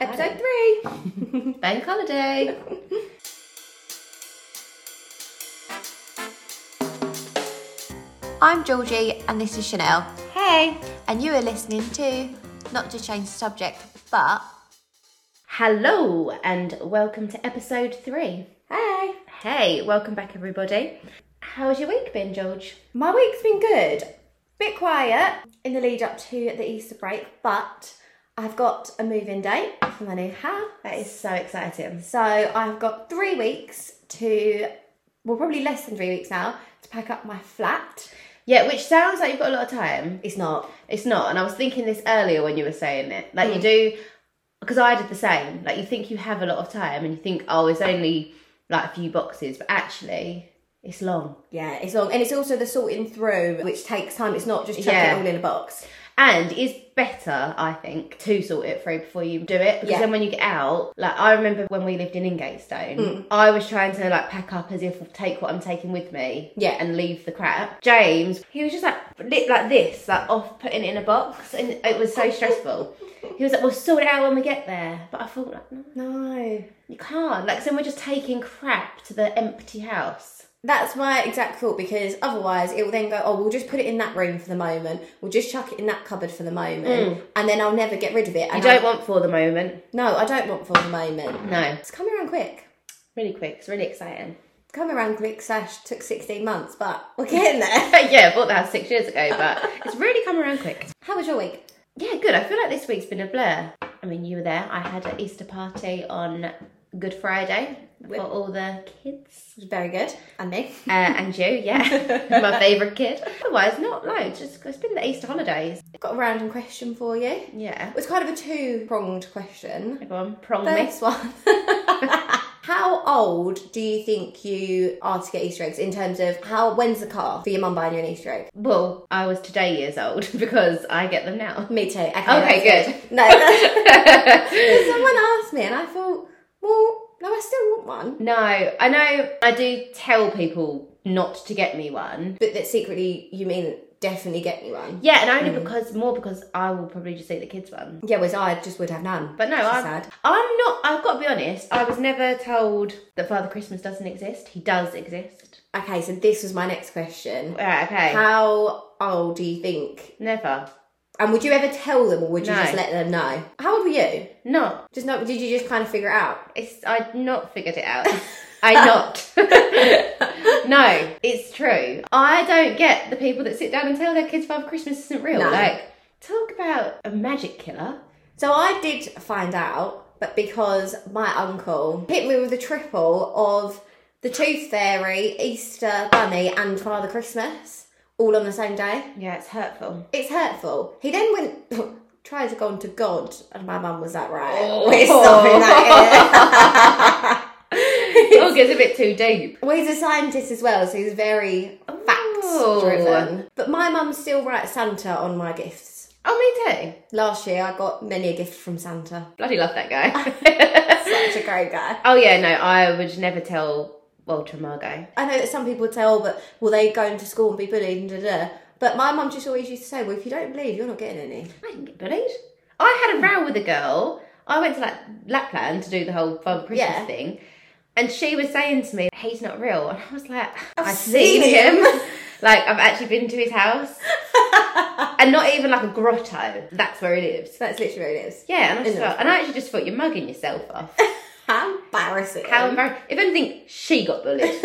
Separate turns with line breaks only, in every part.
Episode three.
Bank holiday. I'm Georgie and this is Chanel,
Hey.
and you are listening to, not to change the subject, but
Hello, and welcome to episode three.
Hey.
Hey, welcome back, everybody. How's your week been, George?
My week's been good. Bit quiet in the lead up to the Easter break, but I've got a move-in date for my new house.
That is so exciting.
So I've got three weeks to, well, probably less than three weeks now, to pack up my flat.
Yeah, which sounds like you've got a lot of time.
It's not.
It's not, and I was thinking this earlier when you were saying it. Like you do, because I did the same. Like you think you have a lot of time, and you think, oh, it's only like a few boxes, but actually, it's long.
Yeah, it's long, and it's also the sorting through, which takes time. It's not just chucking
Yeah.
it all in a box.
And it's better, I think, to sort it through before you do it because
Yeah.
then when you get out, like I remember when we lived in Ingatestone,
Mm.
I was trying to like pack up as if take what I'm taking with me,
Yeah.
and leave the crap. James, he was just like lit like this, like off putting it in a box, and it was so stressful. He was like, "We'll sort it out when we get there," but I thought, like, no,
No,
you can't. Like, so we're just taking crap to the empty house.
That's my exact thought because otherwise it will then go, oh, we'll just put it in that room for the moment. We'll just chuck it in that cupboard for the moment. And then I'll never get rid of it.
You
And
don't
I'll-
want for the moment.
no, I don't want for the moment.
No,
It's coming around quick.
really quick. It's really exciting.
It's Coming around quick slash took 16 months, but we're getting there.
yeah, I bought the house six years ago, but it's really come around quick.
How was your week?
Yeah, good. I feel like this week's been a blur. I mean, you were there. I had an Easter party on Good Friday for all the kids.
It was very good. And me.
Uh, and you, yeah, my favourite kid. Otherwise, not loads. Just it's been the Easter holidays.
I've got a random question for you. It
Yeah,
was kind of a two pronged question.
everyone prong me.
First one. How old do you think you are to get Easter eggs in terms of how when's the car for your mum buying you an Easter egg?
Well, I was today years old because I get them now.
Me too. Okay,
Okay,
that's
good.
No, that's- someone asked me, and I thought, well, no, I still want one.
no, I know. I do tell people not to get me one,
But that secretly, you mean definitely get me one.
Yeah, and only because more because I will probably just eat the kids one.
Yeah, whereas I just would have none.
But no,
Which is
I'm,
sad.
I'm not. I've got to be honest. I was never told that Father Christmas doesn't exist. He does exist.
Okay, so this was my next question.
Right, okay.
How old do you think?
never.
And would you ever tell them, or would you
No.
just let them know? How old were you?
Not.
Just not? Did you just kind of figure it out?
It's. I not figured it out. I not. no, it's true. I don't get the people that sit down and tell their kids Father Christmas isn't real.
No.
Like, talk about a magic killer.
So I did find out, but because my uncle hit me with a triple of the Tooth Fairy, Easter Bunny, and Father Christmas all on the same day.
Yeah, it's hurtful.
It's hurtful. He then went tried to go on to God, and my mum was like, right,
Oh.
we're stopping that here.
It gets a bit too deep.
well, he's a scientist as well, so he's very
Oh.
facts driven. But my mum still writes Santa on my gifts.
Oh, me too.
Last year, I got many a gift from Santa.
Bloody love that guy.
Such a great guy.
oh yeah, no, I would never tell Walter Margot.
I know that some people would say, oh, but will they go into school and be bullied and da da, da. But my mum just always used to say, well, if you don't believe, you're not getting any.
I didn't get bullied. I had a row with a girl. I went to like Lapland to do the whole Father Christmas
Yeah.
thing, and she was saying to me, "He's not real," and I was like, "I've,
seen
seen, him. like I've actually been to his house, and not even like a grotto. That's where he lives."
So that's literally where it is.
Yeah, and I, just
Isn't it?
felt, and I actually just thought you're mugging yourself off.
How embarrassing.
How embarrassing! If anything, she got bullied.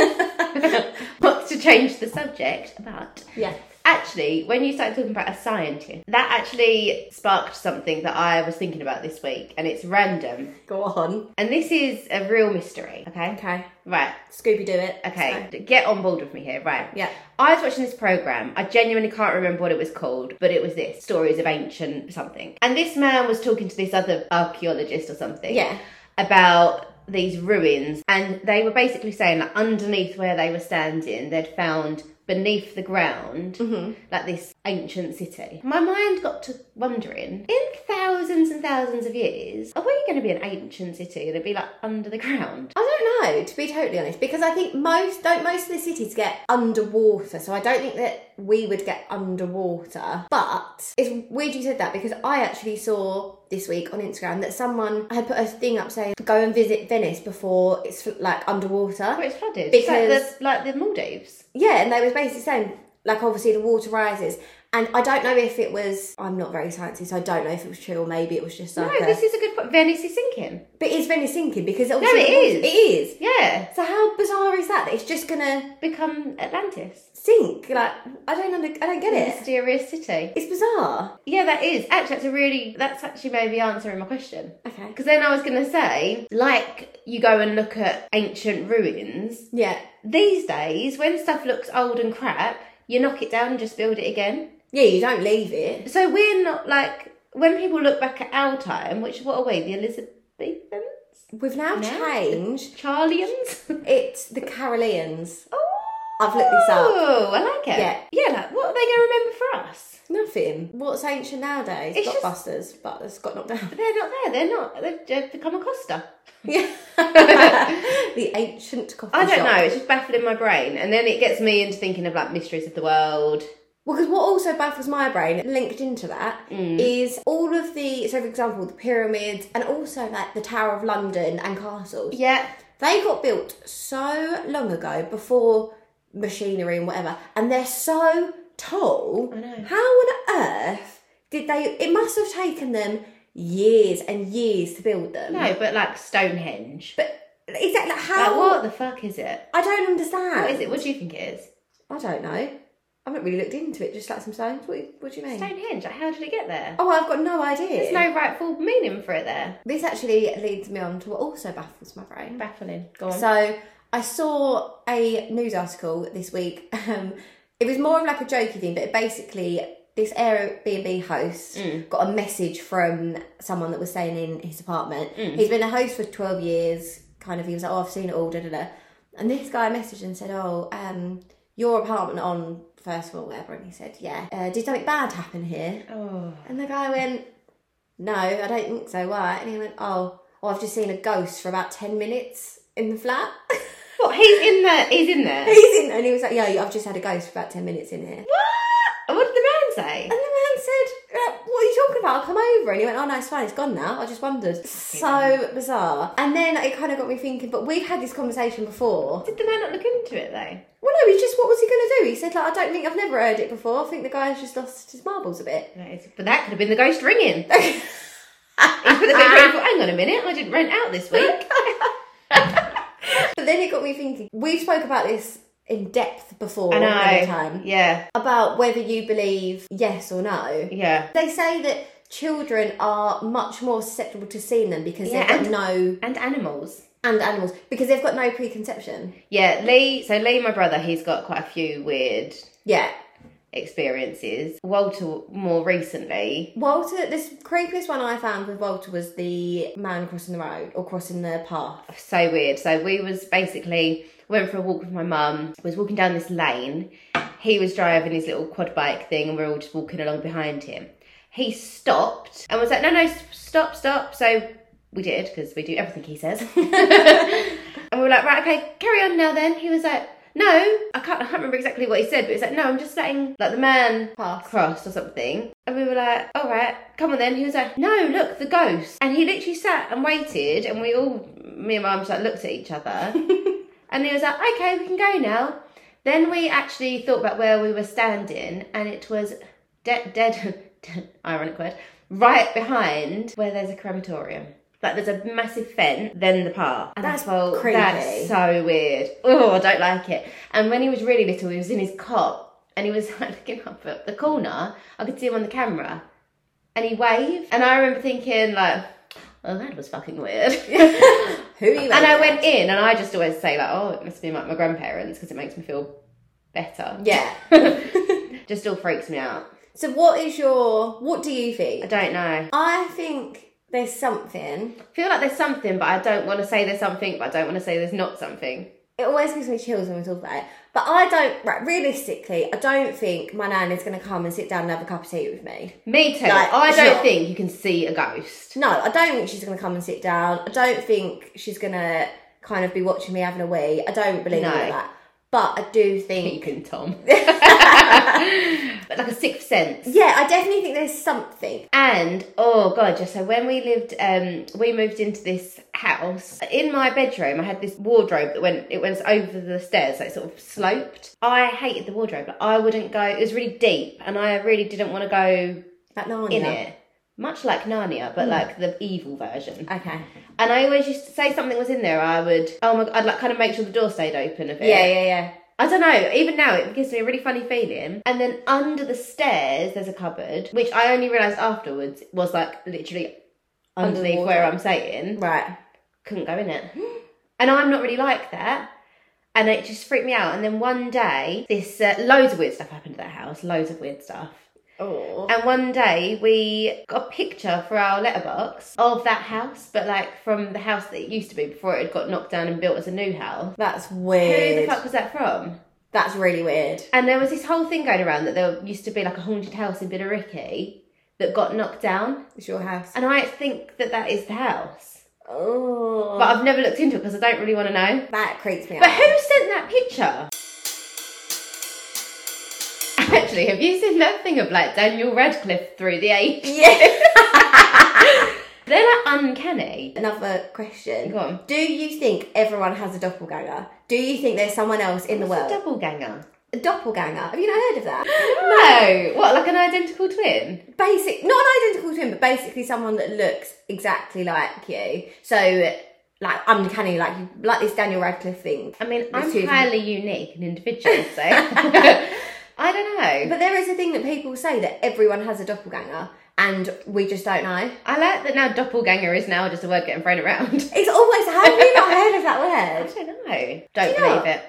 Not to change the subject, but
yeah.
Actually, when you started talking about a scientist, that actually sparked something that I was thinking about this week, and it's random.
Go on.
And this is a real mystery, okay?
Okay.
Right,
Scooby do it.
okay, get on board with me here, right?
Yeah.
I was watching this program. I genuinely can't remember what it was called, but it was this stories of ancient something. And this man was talking to this other archaeologist or something
Yeah.
about these ruins and they were basically saying that underneath where they were standing they'd found beneath the
Mm-hmm.
ground like this ancient city my mind got to wondering in thousands thousands and thousands of years, are we going to be an ancient city and it'd be like under the ground?
I don't know, to be totally honest, because I think most don't most of the cities get underwater, so I don't think that we would get underwater. But it's weird you said that because I actually saw this week on Instagram that someone had put a thing up saying go and visit Venice before it's like underwater.
Oh, it's flooded.
Because-
it's like the, like the Maldives.
Yeah, and they was basically saying, like, obviously the water rises. And I don't know if it was, I'm not very sciencey, so I don't know if it was true or maybe it was just like.
No,
a-
this is a good point. Venice is sinking.
but is Venice sinking? Because obviously.
it
the water-
is.
It is.
Yeah,
So how bizarre is that? That it's just gonna
become Atlantis,
sink? Like, I don't under, I don't get
a
it.
mysterious city.
It's bizarre.
Yeah, that is actually that's a really that's actually maybe answering my question.
Okay.
Because then I was going to say, like you go and look at ancient ruins,
Yeah.
these days when stuff looks old and crap, you knock it down and just build it again.
Yeah, you don't leave it.
So we're not like, when people look back at our time, which what are we, the Elizabethans?
We've now
No.
changed.
Charlians?
It's the Caroleans.
oh,
I've looked this up.
Oh, I like it.
Yeah.
Yeah, like what are they going to remember for us?
Nothing. What's ancient nowadays?
It's just-
Blockbusters, but it's got knocked down.
But they're not there, they're not, they've just become a Costa.
Yeah. the ancient coffee
I don't
shop.
know, it's just baffling my brain. And then it gets me into thinking of like mysteries of the world.
Well, because what also baffles my brain, linked into that, is
Mm.
all of the, so for example, the pyramids and also like the Tower of London and castles.
Yeah.
They got built so long ago before machinery and whatever, and they're so tall. I
know.
How on earth did they? It must have taken them years and years to build them.
No, but like Stonehenge.
But exactly like,
Like,
how?
what the fuck is it?
I don't understand.
What is it? What do you think it is?
I don't know. I haven't really looked into it. Just like some stones. What, do- what do you mean?
Stonehenge. Like, how did it get there?
Oh, I've got no idea.
There's Mm. no rightful meaning for it there.
This actually leads me on to what also baffles my brain.
Baffling. Go on.
So I saw a news article this week. Um, it was more of like a jokey thing, but it basically this Airbnb host
Mm.
got a message from someone that was staying in his apartment.
Mm.
He's been a host for twelve years. Kind of, he was like, "Oh, I've seen it all." Da da da. And this guy messaged and said, "Oh, um, your apartment on first floor, whatever." And he said, "Yeah, uh, did something bad happen here?"
oh.
And the guy went, No, I don't think so. Why? And he went, Oh, well, I've just seen a ghost for about 10 minutes in the flat.
What? He's in there. He's in there.
He's in, and he was like, Yeah, I've just had a ghost for about 10 minutes in here.
what? What did the man say?
And the man said, uh, What are you talking about? I'll come over. And he went, Oh, no, it's fine. It's gone now. I just wondered. So bizarre. And then it kind of got me thinking, But we've had this conversation before.
Did the man not look into it though?
Well, no, he just, what was he going to do? He said, like, I don't think I've never heard it before. I think the guy's just lost his marbles a bit.
That is- But that could have been the ghost ringing. he could have been ringing. Hang on a minute. I didn't rent out this week.
But then it got me thinking. We've spoke about this in depth before
I
another
know.
time
Yeah.
about whether you believe yes or no.
Yeah.
They say that children are much more susceptible to seeing them because
Yeah,
they've got no
And animals.
and animals because they've got no preconception.
Yeah. Lee. So Lee, my brother, he's got quite a few weird
Yeah.
experiences. Walter, more recently.
Walter, this creepiest one I found with Walter was the man crossing the road or crossing the path.
so weird. So we was basically went for a walk with my mum. Was walking down this lane. He was driving his little quad bike thing, and we are all just walking along behind him. He stopped and was like, "No, no, s- stop, stop." So we did because we do everything he says. and we were like, "Right, okay, carry on now." Then he was like. No, I can't. I can't remember exactly what he said, but it's like, no, I'm just letting like the man
Pass.
crossed or something. And we were like, all right, come on then. He was like, no, look, the ghost. And he literally sat and waited, and we all, me and mum, just like looked at each other. and he was like, okay, we can go now. Then we actually thought about where we were standing, and it was dead, dead, ironic word, right behind where there's a crematorium. Like there's a massive fence, then the path. And
That's
I thought,
creepy.
That's so weird. Oh, I don't like it. And when he was really little, he was in his cot and he was like looking up at the corner. I could see him on the camera, and he waved. And I remember thinking like, "Oh, that was fucking weird."
Who are you?
And I went in, and I just always say like, "Oh, it must be like my grandparents because it makes me feel better."
Yeah.
just still freaks me out.
so what is your? What do you
I
think?
don't know.
I think there's something
I feel like there's something, but I don't want to say there's something, but I don't want to say there's not something.
It always gives me chills when we talk about it. But I don't, right, realistically, I don't think my nan is going to come and sit down and have a cup of tea with me.
Me too.
Like,
I
it's
don't
not-
think you can see a ghost.
No, I don't think she's going to come and sit down. I don't think she's going to kind of be watching me having a wee. I don't believe
No.
all of that. But I do
You
think,
can, Tom. but like a sixth sense.
yeah, I definitely think there's something.
And oh god, just so when we lived, um, we moved into this house. In my bedroom, I had this wardrobe that went it went over the stairs, like sort of sloped. I hated the wardrobe. Like, I wouldn't go. It was really deep, and I really didn't want to go
Like Narnia.
in it. Much like Narnia,
Mm.
but like the evil version.
Okay.
And I always used to say something was in there. I would, oh my, I'd like kind of make sure the door stayed open a bit.
Yeah, yeah, yeah.
I don't know, even now it gives me a really funny feeling. And then under the stairs, there's a cupboard, which I only realised afterwards was like literally
Under the
underneath
wardrobe.
where I'm sitting.
Right.
Couldn't go in it. And I'm not really like that. And it just freaked me out. And then one day, this uh, loads of weird stuff happened at that house, loads of weird stuff.
Oh.
And one day we got a picture for our letterbox of that house, but like from the house that it used to be before it had got knocked down and built as a new house.
That's
Who
weird.
the fuck was that from?
That's really weird.
And there was this whole thing going around that there used to be like a haunted house in Bidariki that got knocked down.
It's your house.
And I think that that is the house.
Oh.
But I've never looked into it because I don't really want to know.
that creeps me
But
out.
who sent that picture? Actually, have you seen that thing of like Daniel Radcliffe through the age?
yeah.
They're like uncanny.
Another question.
Go on.
Do you think everyone has a doppelganger? Do you think there's someone else in the
What's a
world?
doppelganger?
A doppelganger. Have you not heard of that?
No. What, like an identical twin?
Basic, not an identical twin, but basically someone that looks exactly like you. So, like uncanny, like you, like this Daniel Radcliffe thing.
I mean, I'm
two different-
highly unique and individual, so I don't know.
But there is a thing that people say that everyone has a doppelganger, and we just don't know.
I like that now doppelganger is now just a word getting thrown around.
It's always have you not heard of that
I
word?
don't know. Don't
you
believe
not?
it.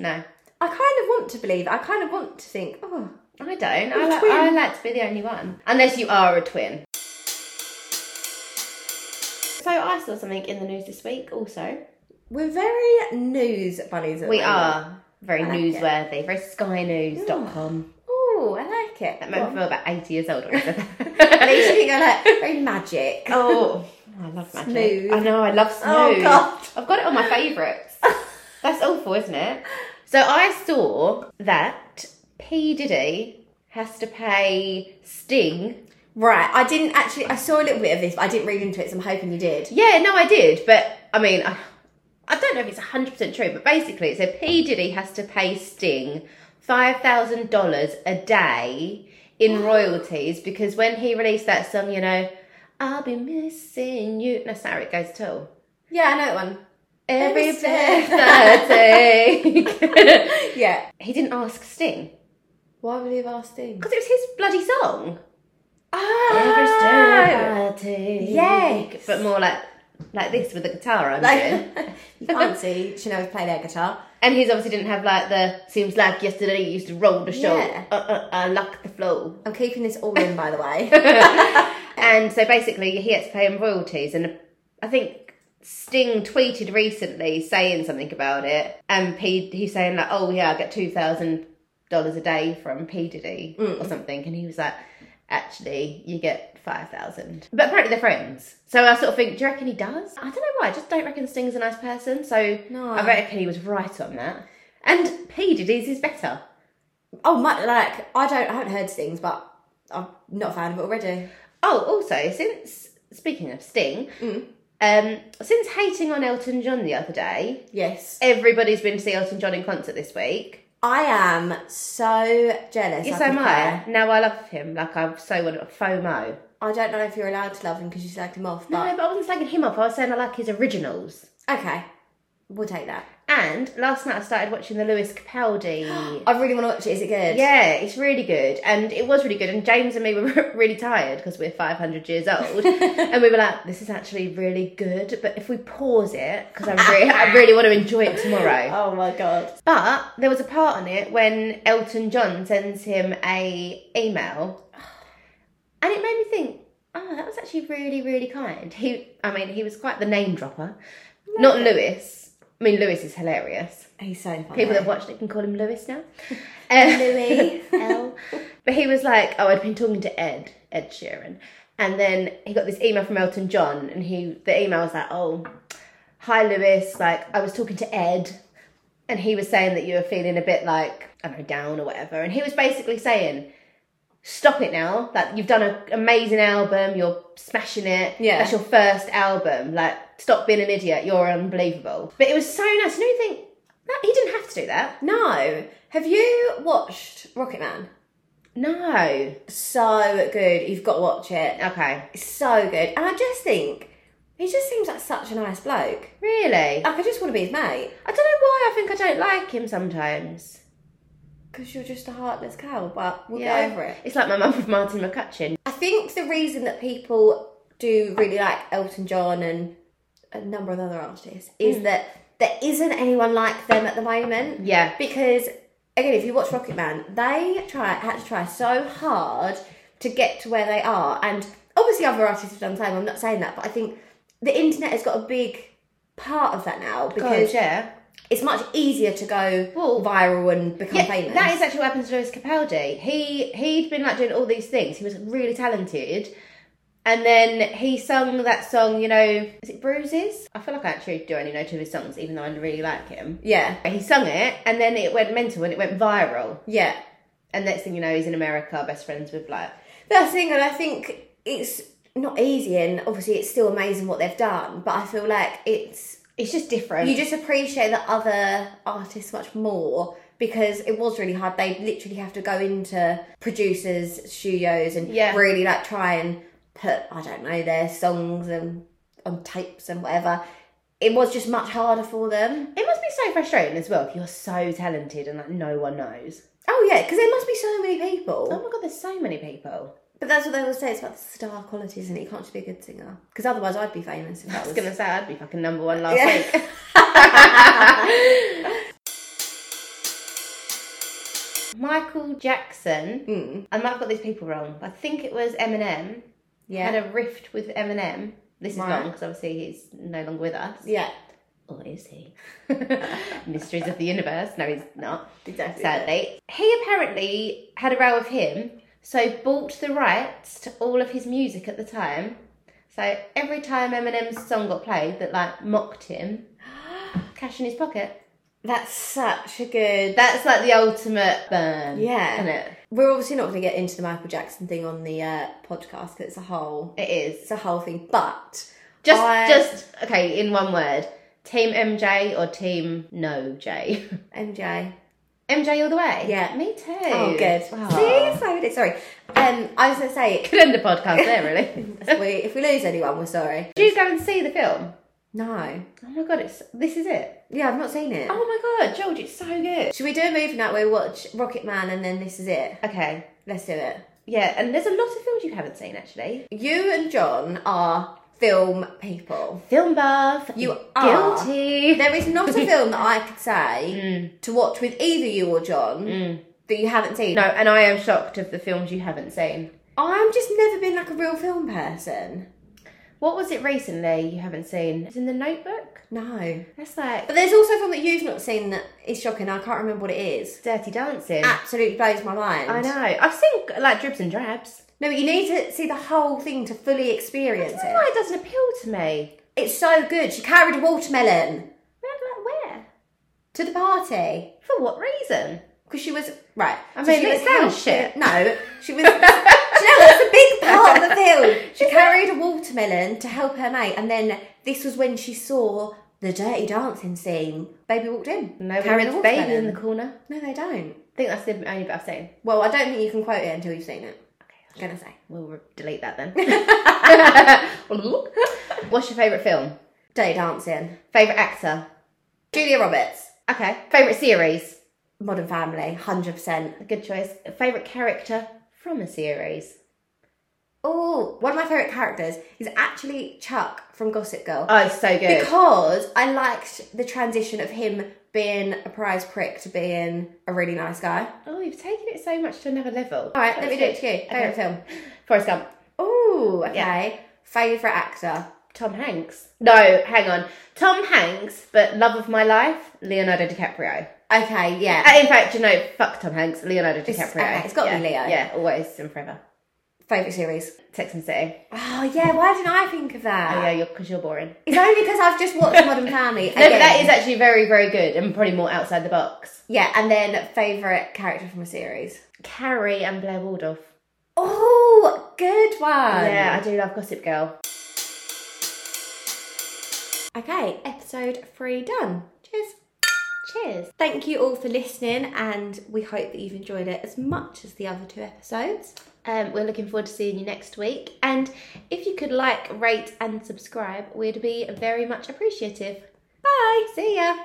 No.
I kind of want to believe. I kind of want to think. Oh,
I don't. I,
You're a
like,
twin.
I like to be the only one. Unless you are a twin. So I saw something in the news this week also.
we're very news bunnies. At the
We
moment.
are very
I like it. Mm.
newsworthy, very skynews.com.
Oh, I like it.
That made me
Well,
feel about 80 years old.
At least you
When
didn't go like very magic.
oh, I love magic.
Smooth.
I know, I love smooth.
Oh, God.
I've got it on my favourites. That's awful, isn't it? So I saw that P. Diddy has to pay Sting.
Right, I didn't actually. I saw a little bit of this, but I didn't read into it, so I'm hoping you did.
Yeah, no, I did, but I mean, I, I don't know if it's 100% true, but basically it said P. Diddy has to pay Sting $5,000 a day in royalties because when he released that song, you know, I'll be missing you. No, sorry, it goes at all.
Yeah, I know that one.
Every
Every step.
birthday.
Yeah.
he didn't ask Sting
Why would he have asked Steve?
because it was his bloody song.
Ah,
take.
Yes.
But more like like this with the guitar on it.
like you can't see Chanel's play their guitar.
And he's obviously didn't have like the seems like yesterday you used to roll the show.
Yeah.
Uh, uh, uh, lock the flow.
I'm keeping this all in, by the way.
And so basically he has to pay him royalties and I think Sting tweeted recently saying something about it and P he's saying like, Oh yeah, I get two thousand dollars a day from P Diddy or something and he was like, Actually, you get five thousand. But apparently they're friends. So I sort of think, Do you reckon he does? I don't know why, I just don't reckon Sting's a nice person, so
No.
I reckon he was right on that. And P Diddy's is better.
oh my! Like I don't. I haven't heard things, but I'm not a fan of it already.
Oh, also, since speaking of Sting, um, since hating on Elton John the other day,
Yes,
everybody's been to see Elton John in concert this week.
I am so jealous.
Yes,
I
I
could
am I.
cry.
Now I love him like I so want FOMO.
I don't know if you're allowed to love him because you slagged him off,
No,
but
but I wasn't slagging him off. I was saying I like his originals.
okay, we'll take that.
And last night I started watching the Lewis Capaldi.
I really want to watch it. Is it good?
Yeah, it's really good, and it was really good. And James and me were really tired because we're five hundred years old, and we were like, "This is actually really good." But if we pause it, because I really, I really want to enjoy it tomorrow.
Oh my god.
But there was a part on it when Elton John sends him a email, and it made me think, "Oh, that was actually really, really kind." He, I mean, he was quite the name dropper, not Lewis. I mean, Lewis is hilarious.
He's so funny.
People that have watched it can call him Lewis now. Um,
Louis, L.
But he was like, "Oh, I'd been talking to Ed, Ed Sheeran," and then he got this email from Elton John, and he the email was like, "Oh, hi Lewis, like I was talking to Ed, and he was saying that you were feeling a bit like I don't know down or whatever," and he was basically saying. Stop it now! Like you've done an amazing album, you're smashing it.
Yeah.
that's your first album. Like, stop being an idiot. You're unbelievable. But it was so nice. And you think that he didn't have to do that.
No. Have you watched Rocket Man?
No.
So good. You've got to watch it.
Okay.
It's so good. And I just think he just seems like such a nice bloke.
Really?
Like I just want to be his mate.
I don't know why I think I don't like him sometimes.
Because you're just a heartless cow, but we'll
Yeah.
get over it.
It's like my mum with Martin McCutcheon.
I think the reason that people do really like Elton John and a number of other artists is that there isn't anyone like them at the moment.
Hmm. Yeah.
Because again, if you watch Rocket Man, they try had to try so hard to get to where they are, and obviously other artists have done the same. I'm not saying that, but I think the internet has got a big part of that now because
Because yeah.
it's much easier to go
Well,
viral and become
yeah
famous.
that is actually what happened to Lewis Capaldi. He he'd been like doing all these things. He was really talented. And then he sung that song, you know, is it Bruises? I feel like I actually do only know two of his songs, even though I really like him.
yeah,
He sung it, and then it went mental and it went viral.
yeah.
And next thing you know, he's in America, best friends with like
That's the thing, and I think it's not easy, and obviously it's still amazing what they've done. But I feel like it's
it's just different.
you just appreciate the other artists much more because it was really hard. They literally have to go into producers' studios and
Yeah.
really like try and put I don't know their songs and on tapes and whatever. It was just much harder for them.
It must be so frustrating as well if you're so talented and like no one knows.
Oh yeah, because there must be so many people.
Oh my god, there's so many people.
But that's what they always say. It's about the star qualities, and you can't just be a good singer because otherwise I'd be famous. If that
I
was
was gonna say I'd be fucking number one last
Yeah.
week. Michael Jackson,
Mm.
I might have got these people wrong. but I think it was Eminem.
yeah.
Had a rift with Eminem. This is
Right.
long because obviously he's no longer with us.
Yeah,
Or is he? Mysteries of the universe. No, he's not.
exactly.
sadly. He apparently had a row with him, so bought the rights to all of his music at the time. So every time Eminem's song got played that like mocked him, cash in his pocket.
That's such a good.
That's like the ultimate burn.
Yeah.
Isn't it?
We're obviously not going to get into the Michael Jackson thing on the uh, podcast because it's a whole,
It is.
it's a whole thing. But
Just
I-
just okay, in one word. Team MJ or team no J?
MJ,
MJ all the way.
Yeah.
Me too.
oh good,
Wow.
see, so good. Sorry, um, I was going to say
Could end the podcast there really.
if we, if we lose anyone, we're sorry.
Do you go and see the film?
No,
Oh my god, it's this is it.
yeah, I've not seen it.
Oh my god, George, it's so good.
Should we do a movie night where we watch Rocket Man and then this is it?
Okay.
Let's do it.
Yeah, and there's a lot of films you haven't seen actually.
You and John are film people.
Film buff.
You are.
guilty.
There is not a film that I could say
Mm.
to watch with either you or John that you haven't seen.
No, and I am shocked of the films you haven't seen.
I'm just never been like a real film person.
What was it recently you haven't seen? It's in the notebook.
No.
That's like
But there's also a film that you've not seen that is shocking. I can't remember what it is.
dirty dancing.
Absolutely blows my mind.
I know. I've seen like dribs and drabs.
No, but you need to see the whole thing to fully experience
That's
it.
why it doesn't appeal to me.
It's so good. She carried a watermelon
Where, like, where?
to the party
For what reason?
because she was right.
I
so
mean,
she
it
was
sounds
helping-
shit.
No, she was. Do you know that's a big part of the film. She carried a watermelon to help her mate, and then this was when she saw the dirty dancing scene. Baby walked in.
No,
carrying
there's
a
a baby
watermelon.
in the corner.
No, they don't.
I think that's the only bit I've seen.
Well, I don't think you can quote it until you've seen it. I'm gonna say
We'll re- delete that then. What's your favourite film?
dirty dancing.
Favourite actor?
Julia Roberts,
Okay. Favourite series?
Modern Family, hundred percent.
Good choice. Favourite character from a series?
Oh, one of my favorite characters is actually Chuck from Gossip Girl.
Oh, it's so good.
because I liked the transition of him being a prize prick to being a really nice guy.
oh, you've taken it so much to another level.
All right, let me do it to you. Favorite film.
Forrest Gump.
Oh, okay. Favorite actor.
Tom Hanks. No, hang on. Tom Hanks, but Love of My Life, Leonardo DiCaprio.
Okay, yeah.
Uh, In fact, you know, fuck Tom Hanks, Leonardo DiCaprio.
okay, it's gotta
yeah.
be Leo.
Yeah, always and forever.
Favourite series.
Sex and the City.
Oh, yeah, why didn't I think of that?
Oh, yeah, you're because you're boring.
It's only because I've just watched Modern Family.
No, but
again.
that is actually very, very good and probably more outside the box.
Yeah, and then favourite character from a series.
Carrie and Blair Waldorf.
Oh, good one.
yeah, I do love Gossip Girl.
Okay, episode three done. Cheers.
Cheers.
Thank you all for listening, and we hope that you've enjoyed it as much as the other two episodes.
Um, we're looking forward to seeing you next week. And if you could like, rate, and subscribe, we'd be very much appreciative. Bye. See ya.